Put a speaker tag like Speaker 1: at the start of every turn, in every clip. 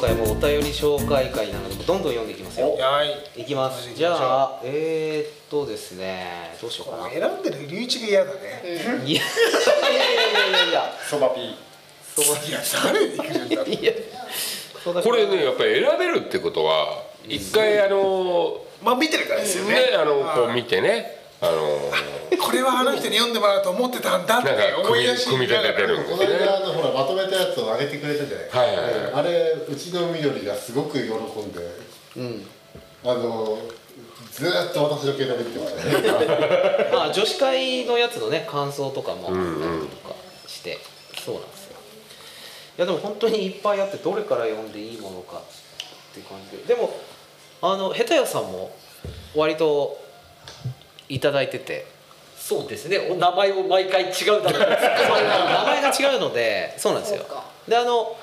Speaker 1: 回もお便り紹介会なのでどんどん読んでいきますよ
Speaker 2: はい
Speaker 1: いきますじゃあえー、っとですねどうしようかな
Speaker 2: 選んでる龍一が嫌だね
Speaker 1: いやいやいやいやいや
Speaker 3: そばピー
Speaker 1: そう
Speaker 2: いや誰で来るん だって
Speaker 1: いやそうだけ
Speaker 4: こ
Speaker 1: ど
Speaker 4: れねやっぱり選べるってことは一回あの
Speaker 2: まあ見てるからですよね
Speaker 4: ねあのこう見てねあの
Speaker 2: これはあの人に読んでもらうと思ってたんだって
Speaker 4: なんか
Speaker 2: 思い
Speaker 4: 組
Speaker 2: 出
Speaker 4: み
Speaker 2: し
Speaker 4: 組み立ててるんです
Speaker 3: この
Speaker 4: ね
Speaker 3: 間あのほらまとめたやつを上げてくれたじゃない、
Speaker 4: はいはいはい
Speaker 3: あれうちの緑がすごく喜んで、あのずーっと私の携帯見てましたね
Speaker 1: まあ女子会のやつのね感想とかもなんとかして、そうなんですよいやでも本当にいっぱいあってどれから読んでいいものかっていう感じででもあの下手屋さんも割といただいてて
Speaker 5: そうですねお名前も毎回違うだろうです
Speaker 1: 名前が違うのでそうなんですよ
Speaker 6: そうか
Speaker 1: であの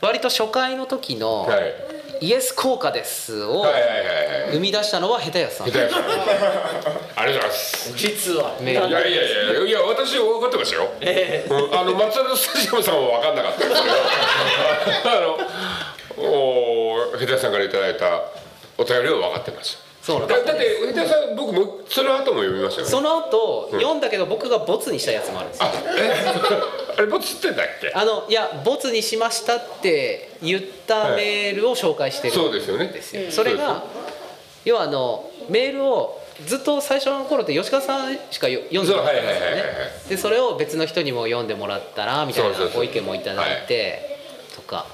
Speaker 1: 割と初回の時の
Speaker 4: はい
Speaker 1: 「イエス効果です」を
Speaker 4: はいはいはいはい
Speaker 1: 生み出したのは下手屋さん
Speaker 4: 下手やからありがとうございます
Speaker 5: 実は
Speaker 1: ね
Speaker 4: いやいやいやいや私分かってましたよ、うんあの松田スタジオさんは分かんなかったんですけどあのおヘタさんからいただいたお便りは分かってました
Speaker 1: そうなんで
Speaker 4: だ
Speaker 1: す
Speaker 4: だってヘタさん僕もその後も読みましたよね
Speaker 1: その後、読んだけど僕がボツにしたやつもあるんですよ
Speaker 4: あれもつってたっけ
Speaker 1: あのいやボツにしましたって言ったメールを紹介してる、
Speaker 4: そうですよね
Speaker 1: それが要はあのメールをずっと最初の頃って吉川さんしかよ読んでなかったんですよ
Speaker 4: そうはいは
Speaker 1: ね
Speaker 4: いはいはいは
Speaker 1: でそれを別の人にも読んでもらったらみたいな
Speaker 4: そうそうそう
Speaker 1: ご意見もいただいてとか、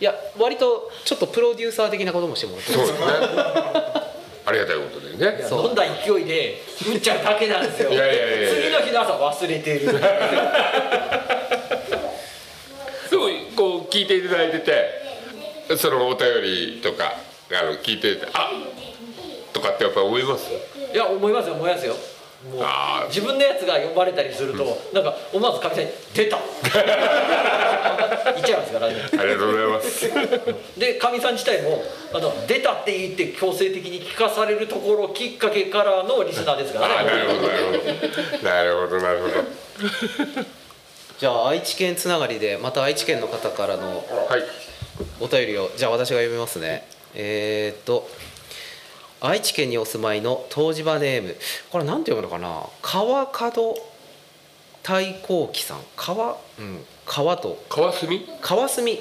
Speaker 1: い、や割とちょっとプロデューサー的なこともしてもらって
Speaker 4: そうですねありがたいことでね
Speaker 1: そう
Speaker 5: 飲んだ勢いで打っちゃうだけなんですよ
Speaker 4: いやいやいやいや
Speaker 5: 次の日の朝忘れてる
Speaker 4: でもこう聞いていただいててそのお便りとかあの聞いててあとかってやっぱ思います
Speaker 5: いや思いますよ思いますよもう
Speaker 4: あー
Speaker 5: 自分のやつが読まれたりすると、なんか思わずかみさんに「出た! 」 言っちゃいますからね
Speaker 4: ありがとうござい ます
Speaker 5: でかみさん自体もあの「出た」って言って強制的に聞かされるところきっかけからのリスナーですから
Speaker 4: あ
Speaker 5: ね
Speaker 4: なるほどなるほどなるほどなるほど
Speaker 1: じゃあ愛知県つながりでまた愛知県の方からの
Speaker 4: はい
Speaker 1: お便りをじゃあ私が読みますねえー、っと愛知県にお住まいの東芝ネームこれなんて読むのかな川角太光輝さん川うん川と
Speaker 4: 川澄
Speaker 1: 川澄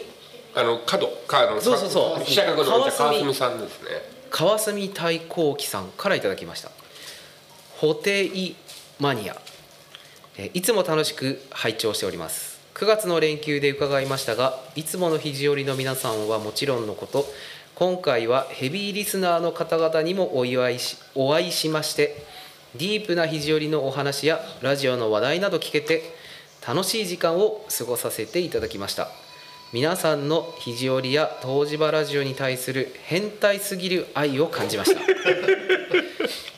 Speaker 4: あの角かあの
Speaker 1: そうそうそう
Speaker 4: 飛車角の
Speaker 1: 川澄
Speaker 4: 川澄さんですね
Speaker 1: 川澄太光輝さんからいただきましたホテイマニアえーいつも楽しく拝聴しております9月の連休で伺いましたがいつもの肘折の皆さんはもちろんのこと今回はヘビーリスナーの方々にもお祝いしお会いしましてディープな肘折のお話やラジオの話題など聞けて楽しい時間を過ごさせていただきました皆さんの肘折や東芝ラジオに対する変態すぎる愛を感じました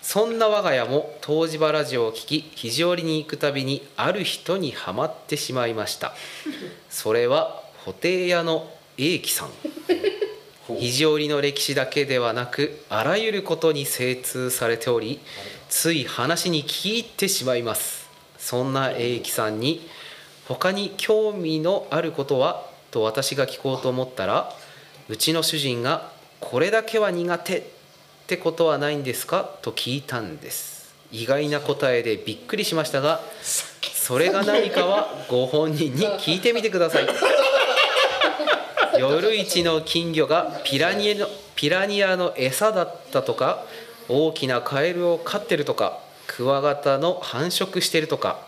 Speaker 1: そんな我が家も東芝ラジオを聞き肘折に行くたびにある人にはまってしまいましたそれは布袋屋の英樹さん肘折の歴史だけではなくあらゆることに精通されておりつい話に聞き入ってしまいますそんな英樹さんに他に興味のあることはと私が聞こうと思ったらうちの主人がこれだけは苦手ってことはないんですかと聞いたんです意外な答えでびっくりしましたがそれが何かはご本人に聞いてみてください夜市の金魚がピラニエのピラニアの餌だったとか大きなカエルを飼ってるとかクワガタの繁殖してるとか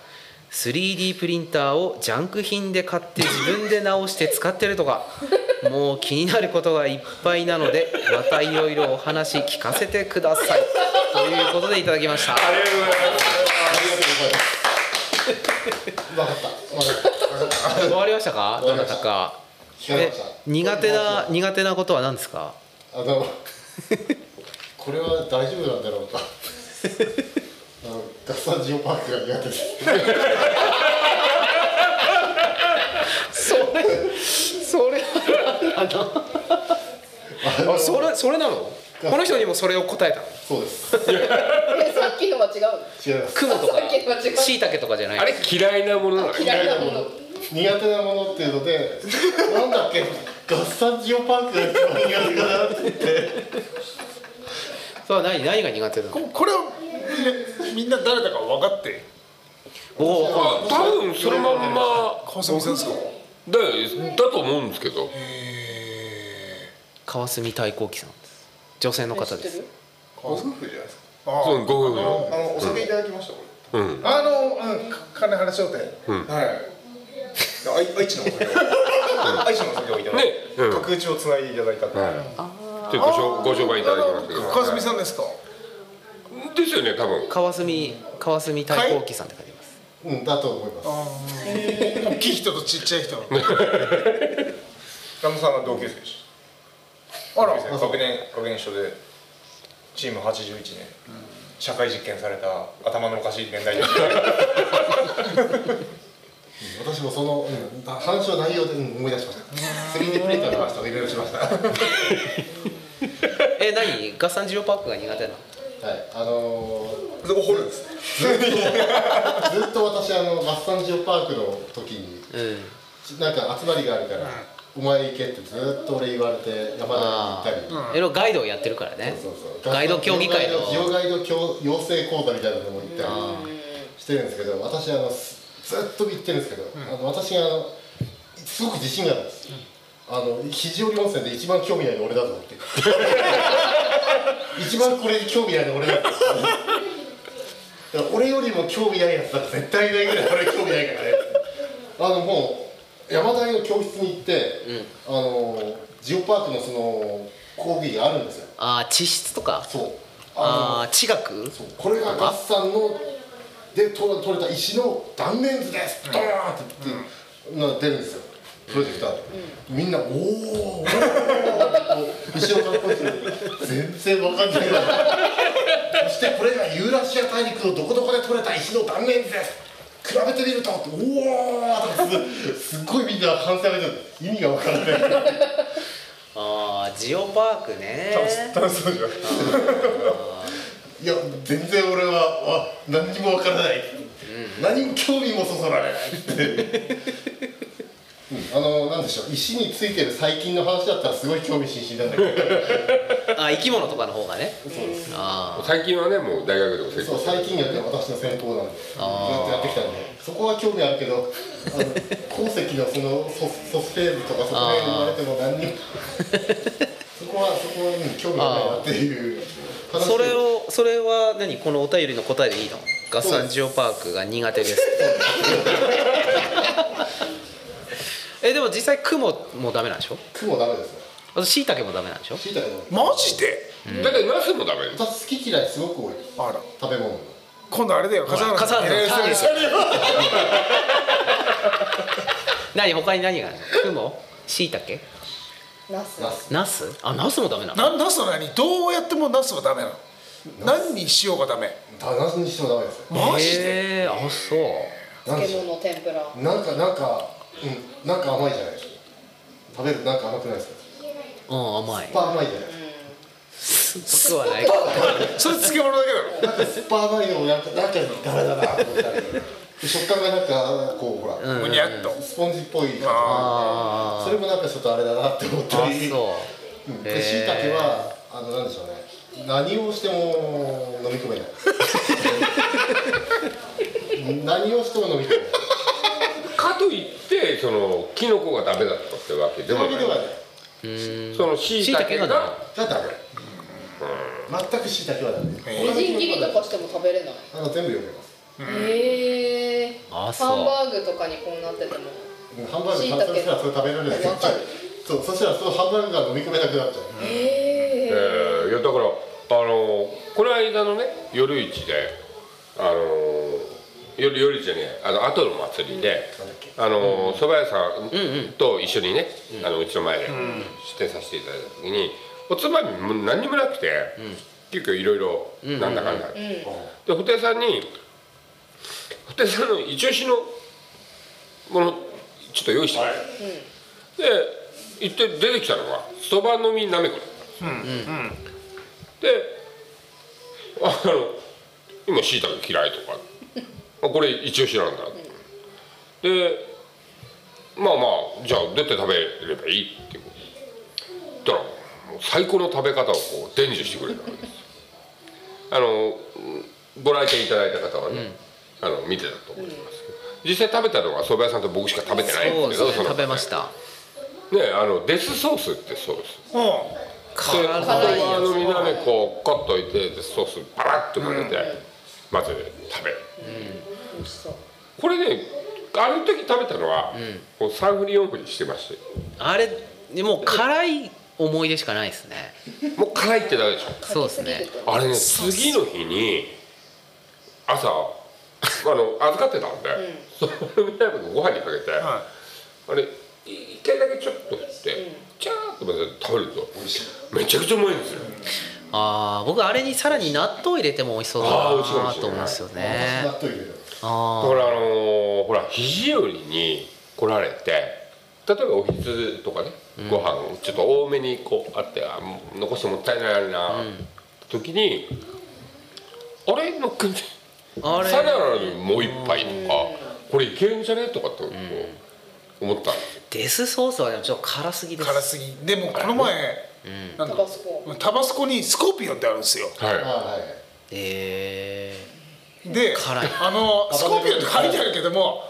Speaker 1: 3D プリンターをジャンク品で買って自分で直して使ってるとかもう気になることがいっぱいなのでまたいろいろお話聞かせてくださいということでいただきました
Speaker 4: ありがとうござ
Speaker 3: 分か
Speaker 4: い
Speaker 3: った分かったわかった
Speaker 1: 終わりましたかど
Speaker 3: わかりま
Speaker 1: な
Speaker 3: した
Speaker 1: たか
Speaker 3: 聞かれ
Speaker 1: え
Speaker 3: ました
Speaker 1: 苦手な苦手なことは何ですか
Speaker 3: あのこれは大丈夫なんだろう かあのガサジオパークが苦手です
Speaker 1: それそれ
Speaker 3: あの
Speaker 1: あそれそれなのこの人にもそれを答えたの
Speaker 3: そうです
Speaker 6: えさっきのは違うの
Speaker 3: 違います
Speaker 1: 雲とか
Speaker 6: さっきのは違う
Speaker 1: しいたけとかじゃない
Speaker 4: ますあれ嫌いなものなの
Speaker 6: 嫌いなも
Speaker 3: も
Speaker 6: の
Speaker 3: の苦手なものっていうのでなんだっけガッサンジオパークが一番苦手だなって言って
Speaker 1: それは何何が苦手なの
Speaker 2: ここれをみんなみんな誰だか分かって
Speaker 1: おお
Speaker 4: あ多分そのまんま
Speaker 2: コンソメさんですか
Speaker 4: だよだと思うんですけど
Speaker 1: 川澄太閤記さんです女性の方
Speaker 6: 知っ
Speaker 1: で
Speaker 6: て
Speaker 1: す
Speaker 6: る
Speaker 7: ご夫婦じゃないですか
Speaker 2: あ
Speaker 4: そう
Speaker 2: あ
Speaker 4: ご夫婦
Speaker 7: あ
Speaker 4: の
Speaker 7: のお酒いただきました俺
Speaker 4: うん
Speaker 2: あの、うん、か金原商店
Speaker 7: はい愛愛知のお酒 を愛知のお酒をいただい
Speaker 4: ね
Speaker 7: て
Speaker 4: うん
Speaker 7: 角打ちをつないでいただいたっていう
Speaker 4: ちょっとご紹ご紹介いただきますけど
Speaker 2: 川澄さんですか
Speaker 4: ですよね多分
Speaker 1: 川澄川澄太閤記さんって書いてます
Speaker 3: うんだと思います
Speaker 2: 大きい人とちっちゃい人
Speaker 7: 旦那さんが同級生でし
Speaker 2: あら
Speaker 7: た学年学年一緒でチーム81年社会実験された頭のおかしい年代です
Speaker 3: 私もその、うん、話の内容で、うん、思い出しました 3D プリントありましたいろいろしましたはい
Speaker 1: え何 ガッサンジオパークが苦手なの
Speaker 3: あの
Speaker 7: そこ掘るんです
Speaker 3: ー、ずっと私あのガッサンジオパークの時に
Speaker 1: うん
Speaker 3: なんか集まりがあるから「お前行け」ってずっと俺言われて山田に行ったり、
Speaker 1: えのガイドをやってるからね
Speaker 3: そうそう
Speaker 1: ガイド協議会の
Speaker 3: ジオガイド教養成講座みたいなのも行ったりしてるんですけど私あのすずっと行ってるんですけど、あの私があのすごく自信があるんです、あの肘折温泉で一番興味ないの俺だと思って 一番これに興味ないの俺だと思ってだから俺よりも興味ないやつだって絶対いないぐらい俺興味ないからねあのもう山大の教室に行って、あのジオパークのその講義があるんですよ
Speaker 1: あー地質とか
Speaker 3: そうあ
Speaker 1: あー地学
Speaker 3: のそうこれがガッサンのでと取れた石の断面図ですドーンって言って、な出るんですよプロジェクターで、みんな「おーおーおーってこう石をかっこいい全然わかんないけどそしてこれがユーラシア大陸のどこどこで取れた石の断面図です比べてみるとおおとかすすっごいみんな反省が出てる意味がわからない
Speaker 1: あージオパークね
Speaker 7: 楽しそうじゃない
Speaker 3: いや全然俺はあ何にもわからない、何も興味もそそられないって、うん、あのなんでしょう石についてる細菌の話だったらすごい興味津々なんだけど
Speaker 1: あ生き物とかの方がねあ
Speaker 4: 最近はねもう大学でも成
Speaker 3: そ う
Speaker 4: 功
Speaker 3: 細菌学が私の専攻なんでずっとやってきたんでそこは興味あるけどあの鉱石のそのソソステーブとかそこら辺言われても何にもそこはそこは、うん、興味がないなっていう話
Speaker 1: あそれをそれは何このお便りの答えでいいのガッサンジオパークが苦手です えでも実際雲もダメなんでしょ
Speaker 3: 雲ダメですね
Speaker 1: あと椎茸もダメなんでしょ
Speaker 3: 椎茸の
Speaker 2: マジで
Speaker 4: だってナスもダメ
Speaker 3: 私好き嫌いすごく多い
Speaker 2: あら
Speaker 3: 食べ物の
Speaker 2: 今度あれだよ笠原
Speaker 1: 笠
Speaker 2: さん
Speaker 1: 原さん
Speaker 2: 狙いそうですよ
Speaker 1: 何他に何があるの雲椎茸
Speaker 6: ナス
Speaker 3: ナス
Speaker 1: ナスあナスもダメなの
Speaker 2: なナスの何どうやってもナスはダメなの何にしようがダメ
Speaker 3: だナスにしてもダメです
Speaker 2: マジで
Speaker 1: へえあそう
Speaker 3: なんでしょ
Speaker 6: 漬物天ぷら
Speaker 3: うなんかなんかうんなんか甘いじゃないですか食べるとなんか甘くないですか
Speaker 1: うん甘
Speaker 3: 酸っ
Speaker 1: い
Speaker 3: ぱ甘いじゃないです
Speaker 1: 僕はない
Speaker 2: それ漬物だけだろ
Speaker 3: かなんか酸っぱ甘いのもなんかなんかダメだなと思ったりで食感がなんかこうほら、
Speaker 2: むにゃっと
Speaker 3: スポンジっぽい感じ
Speaker 1: あー
Speaker 3: それもなんかちょっとあれだなって思った
Speaker 1: あ
Speaker 3: り
Speaker 1: そううん
Speaker 3: でしいたけはあのなんでしょうね何をしても飲み込めない何 をしても飲み込めない
Speaker 4: かといってそのキノコがダメだったってわけで
Speaker 3: そう
Speaker 4: も
Speaker 3: いうわけで
Speaker 4: な
Speaker 3: はいない
Speaker 4: そのしいたけ
Speaker 1: 椎茸がダ
Speaker 4: が
Speaker 3: だってあれ全くしいたけはダメ
Speaker 6: みじん切りとかしても食べれない
Speaker 3: あの全部読めます
Speaker 6: へえハ
Speaker 1: あそう
Speaker 6: ンバーグとかにこうなってても
Speaker 3: ハンバーグ食べそれしたらそれ食べられない
Speaker 6: わかる
Speaker 3: そうそしたらそのハンバーグが飲み込めなくなっちゃう、
Speaker 6: へ
Speaker 4: えーいやだからあのこの間のね夜市であの夜夜市じゃねえあの後の祭りで、あの蕎麦屋さんと一緒にね、あのうちの前で出店させていただいた時におつまみも何にもなくて、結構いろいろなんだかんだ、で布袋さんに布袋さんの一押しのものちょっと用意してくれで行って出てきたのがそばの実なめこだであの今しいたけ嫌いとかあこれ一応知らんだでまあまあじゃあどうやって食べればいいっていうこと最高の食べ方をこう伝授してくれたわけですあのご来店いただいた方はね、あの見てたと思います、実際食べたのは蕎麦屋さんと僕しか食べてないん
Speaker 1: そ
Speaker 4: で
Speaker 1: うです
Speaker 4: け
Speaker 1: す
Speaker 4: ど
Speaker 1: ね
Speaker 4: その
Speaker 1: 食べました
Speaker 4: ねあのデスソースってソース
Speaker 2: う
Speaker 1: 辛
Speaker 4: でこれ
Speaker 1: い
Speaker 4: はあ
Speaker 1: や
Speaker 4: のみんなでこうカッといてデスソースバラッとかけて、まず食べる
Speaker 6: 美味しそう
Speaker 4: これねあの時食べたのは、こう3振り4振りしてまして
Speaker 1: つあれでもう辛い思い出しかないですね
Speaker 4: もう辛いってだけでしょ
Speaker 1: そうですね
Speaker 4: あれね次の日に朝あの預かってたんで、それみたいなことご飯にかけて、
Speaker 2: は
Speaker 4: あれい一回だけちょっと振って、チャーッと混ぜて食べるとめちゃくちゃうまいんですよ
Speaker 1: ああ僕あれにさらに納豆入れても美味しそうだ
Speaker 4: あー美味しいか
Speaker 1: な
Speaker 4: もしれない
Speaker 1: と思うんですよね
Speaker 3: 納豆入れる
Speaker 1: あ
Speaker 4: だからあのーほら肘折に来られて例えばおひつとかねご飯をちょっと多めにこうあってあもう残してもったいないな、時にあれのっけんじゃん
Speaker 1: ああれ
Speaker 4: サラダにもう一杯とかこれいけるんじゃねとかってこう思ったんですよ
Speaker 1: デスソースはでもちょっと辛すぎ
Speaker 2: ん
Speaker 1: です
Speaker 2: 辛すぎでもこの前なんだ
Speaker 6: タバスコ
Speaker 2: タバスコにスコーピオンってあるんですよ
Speaker 3: あ
Speaker 4: は
Speaker 3: はい
Speaker 1: え
Speaker 2: で
Speaker 1: 辛い
Speaker 2: あのスコーピオンって書いてあるけども、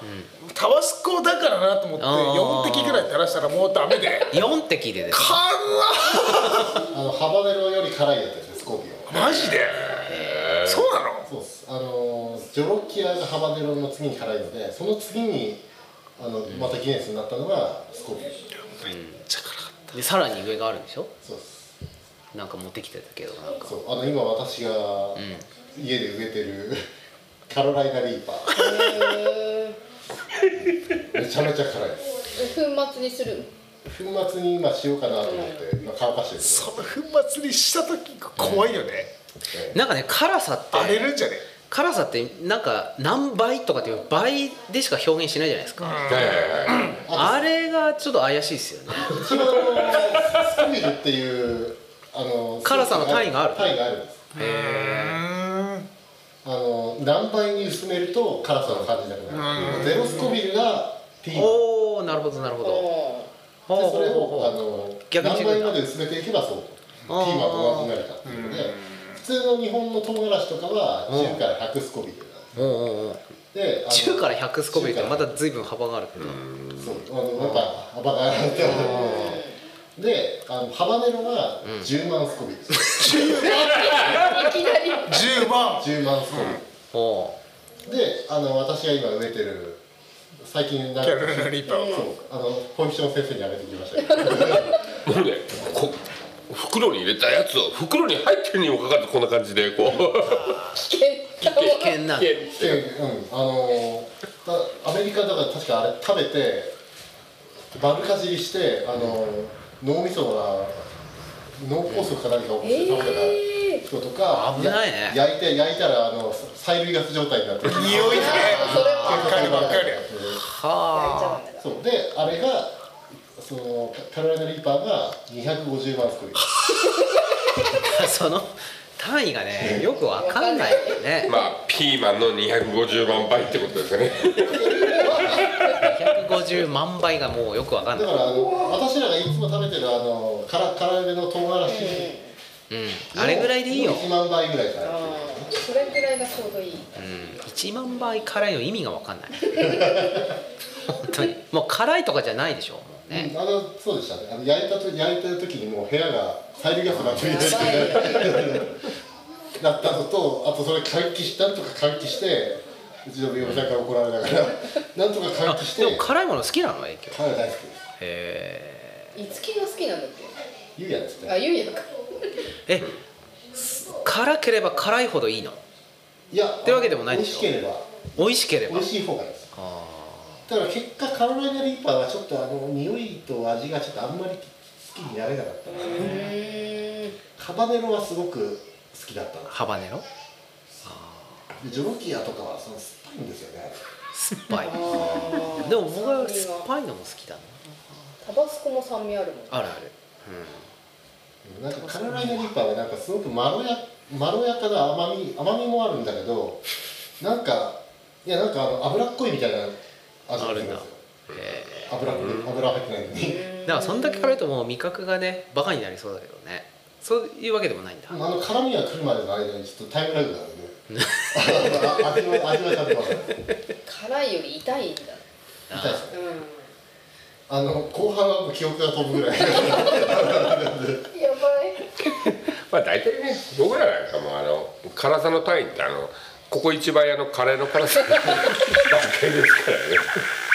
Speaker 2: タバスコだからなと思って
Speaker 1: あー
Speaker 2: 4滴ぐらい垂らしたらもうダメで
Speaker 1: ー、4滴でです
Speaker 2: 辛
Speaker 3: あのハバネロより辛いやつですねスコーピオン
Speaker 2: っマジでそうなの
Speaker 3: そうですあのジョロキアがハバネロの次に辛いのでその次にあのまたギネスになったのがスコーピオン
Speaker 1: でさらに上があるんでしょ
Speaker 3: そうです
Speaker 1: なんか持ってきてたけどなんか
Speaker 3: そうあの今私が家で植えてる カロライナリーパー
Speaker 6: へ
Speaker 3: めちゃめちゃ辛いです
Speaker 6: ー粉末にする
Speaker 3: 粉末に今しようかなと思って今乾かしてるんです
Speaker 2: その粉末にした時怖いよね、
Speaker 1: なんかね辛さって
Speaker 2: 荒れるんじゃね
Speaker 1: 辛さってなんか何倍とかっていう倍でしか表現しないじゃないですか、
Speaker 4: いはいはいはい
Speaker 1: あれがちょっと怪しいですよね
Speaker 3: 一応あのスクビルっていうあの
Speaker 1: 辛さの単位がある
Speaker 3: 単位があるんですあの何倍に薄めると辛さが感じなくなるゼロスコビルが T で
Speaker 1: おおなるほどなるほど
Speaker 6: あ
Speaker 1: ほうほ
Speaker 3: それ
Speaker 1: う
Speaker 3: をあ
Speaker 1: ほう
Speaker 3: の
Speaker 1: 逆にして
Speaker 3: 何
Speaker 1: く
Speaker 3: 倍
Speaker 1: れた
Speaker 3: まで薄めていけばそうピー
Speaker 1: あー
Speaker 3: マンと同じになるかっていうので普通の日本の唐辛子とかは10から100スコビルなんです
Speaker 1: おうおうおう
Speaker 3: であの
Speaker 1: 10から100スコビルってま
Speaker 3: 10
Speaker 1: た随分幅があるけど
Speaker 3: そうあのやっぱ幅があるって思うであのハバネロは10万スコビル
Speaker 6: あいきなり
Speaker 2: 10万
Speaker 3: 10万スコビル
Speaker 1: おおう
Speaker 3: であの私が今植えてる最近なん
Speaker 2: キャロライナリーパーを
Speaker 3: そうあの保育所の先生にあげてきましたけど
Speaker 4: もうねこ袋に入れたやつを袋に入ってるにもかかわらずこんな感じでこう
Speaker 6: 危険だわ
Speaker 1: 危険な
Speaker 4: で
Speaker 3: でうんあのたアメリカだから確かあれ食べて丸かじりしてあの脳みそが脳梗塞か何か起こして倒れた人とか、
Speaker 1: 危ないね
Speaker 3: や焼いて焼いたらあの催涙ガス状態になって
Speaker 2: 匂いでね
Speaker 6: それは
Speaker 2: ばっかりばっかり
Speaker 1: はあ
Speaker 3: そうであれがそのカロライナリーパーが250万スクリーン
Speaker 1: その単位がねよくわかんないよね
Speaker 4: まあピーマンの250万倍ってことですよね
Speaker 1: 150万倍がもうよくわかん
Speaker 3: だ
Speaker 1: ない
Speaker 3: からあの私らがいつも食べてるあの辛辛めの唐辛子
Speaker 1: うんあれぐらいでいいよ
Speaker 3: 1万倍ぐらいか
Speaker 6: あ
Speaker 3: な
Speaker 6: ーそれくらいがちょうどいい
Speaker 1: 1万倍辛いの意味がわかんない本当にもう辛いとかじゃないでしょもうね
Speaker 3: あのそうでしたねあの焼いたと焼いてる時にもう部屋がサイルガスがついててなったのとあとそれ換気しなんとか換気してうちの病院さんから怒られなが らなんとか
Speaker 1: あ
Speaker 3: 換気して
Speaker 1: でも辛いもの好きなの影響
Speaker 3: 彼大好きです
Speaker 1: へ
Speaker 6: いつきが好きなんだっけ
Speaker 3: ゆうやです
Speaker 6: あ
Speaker 3: ね
Speaker 6: ゆうやか
Speaker 1: ええす辛ければ辛いほどいいの
Speaker 3: いや
Speaker 1: てわけでもない
Speaker 3: 美
Speaker 1: で
Speaker 3: 味
Speaker 1: し
Speaker 3: し
Speaker 1: ょ
Speaker 3: ければ
Speaker 1: 美味しければ
Speaker 3: 美味しい方がいいです
Speaker 1: あ
Speaker 3: だから結果カロライナリーパーはちょっとあの匂いと味がちょっとあんまり好きになれなかった
Speaker 6: うーん
Speaker 3: ハバネロはすごく好きだったな
Speaker 1: ーハバネロ
Speaker 3: でジョロキアとかはその酸っぱいんですよね
Speaker 1: 酸っぱい
Speaker 6: あー
Speaker 1: でも僕は酸っぱいのも好きだな
Speaker 6: タバスコも酸味あるもん
Speaker 1: あるある
Speaker 3: なんかカロライナリーパーはなんかすごくまろやまろやかな甘み甘みもあるんだけどなんかいやなんかあの脂っこいみたいな味がするんですよ
Speaker 1: あるんだへ
Speaker 3: 油っこい油入ってないのに
Speaker 1: だからそんだけ辛いともう味覚がねバカになりそうだけどねそういうわけでもないんだ、
Speaker 3: あの辛みが来るまでの間にちょっとタイムラグがあるねあ味は味はちゃんと分かる
Speaker 6: 辛いより痛いん
Speaker 3: 痛
Speaker 6: だ
Speaker 3: いですね
Speaker 6: う
Speaker 3: あの後半はもう記憶が飛ぶぐらい
Speaker 6: んやばい
Speaker 4: まあ大体ね僕らなんかもうあの辛さの単位ってあのここ一番屋のカレーの辛さだけですからね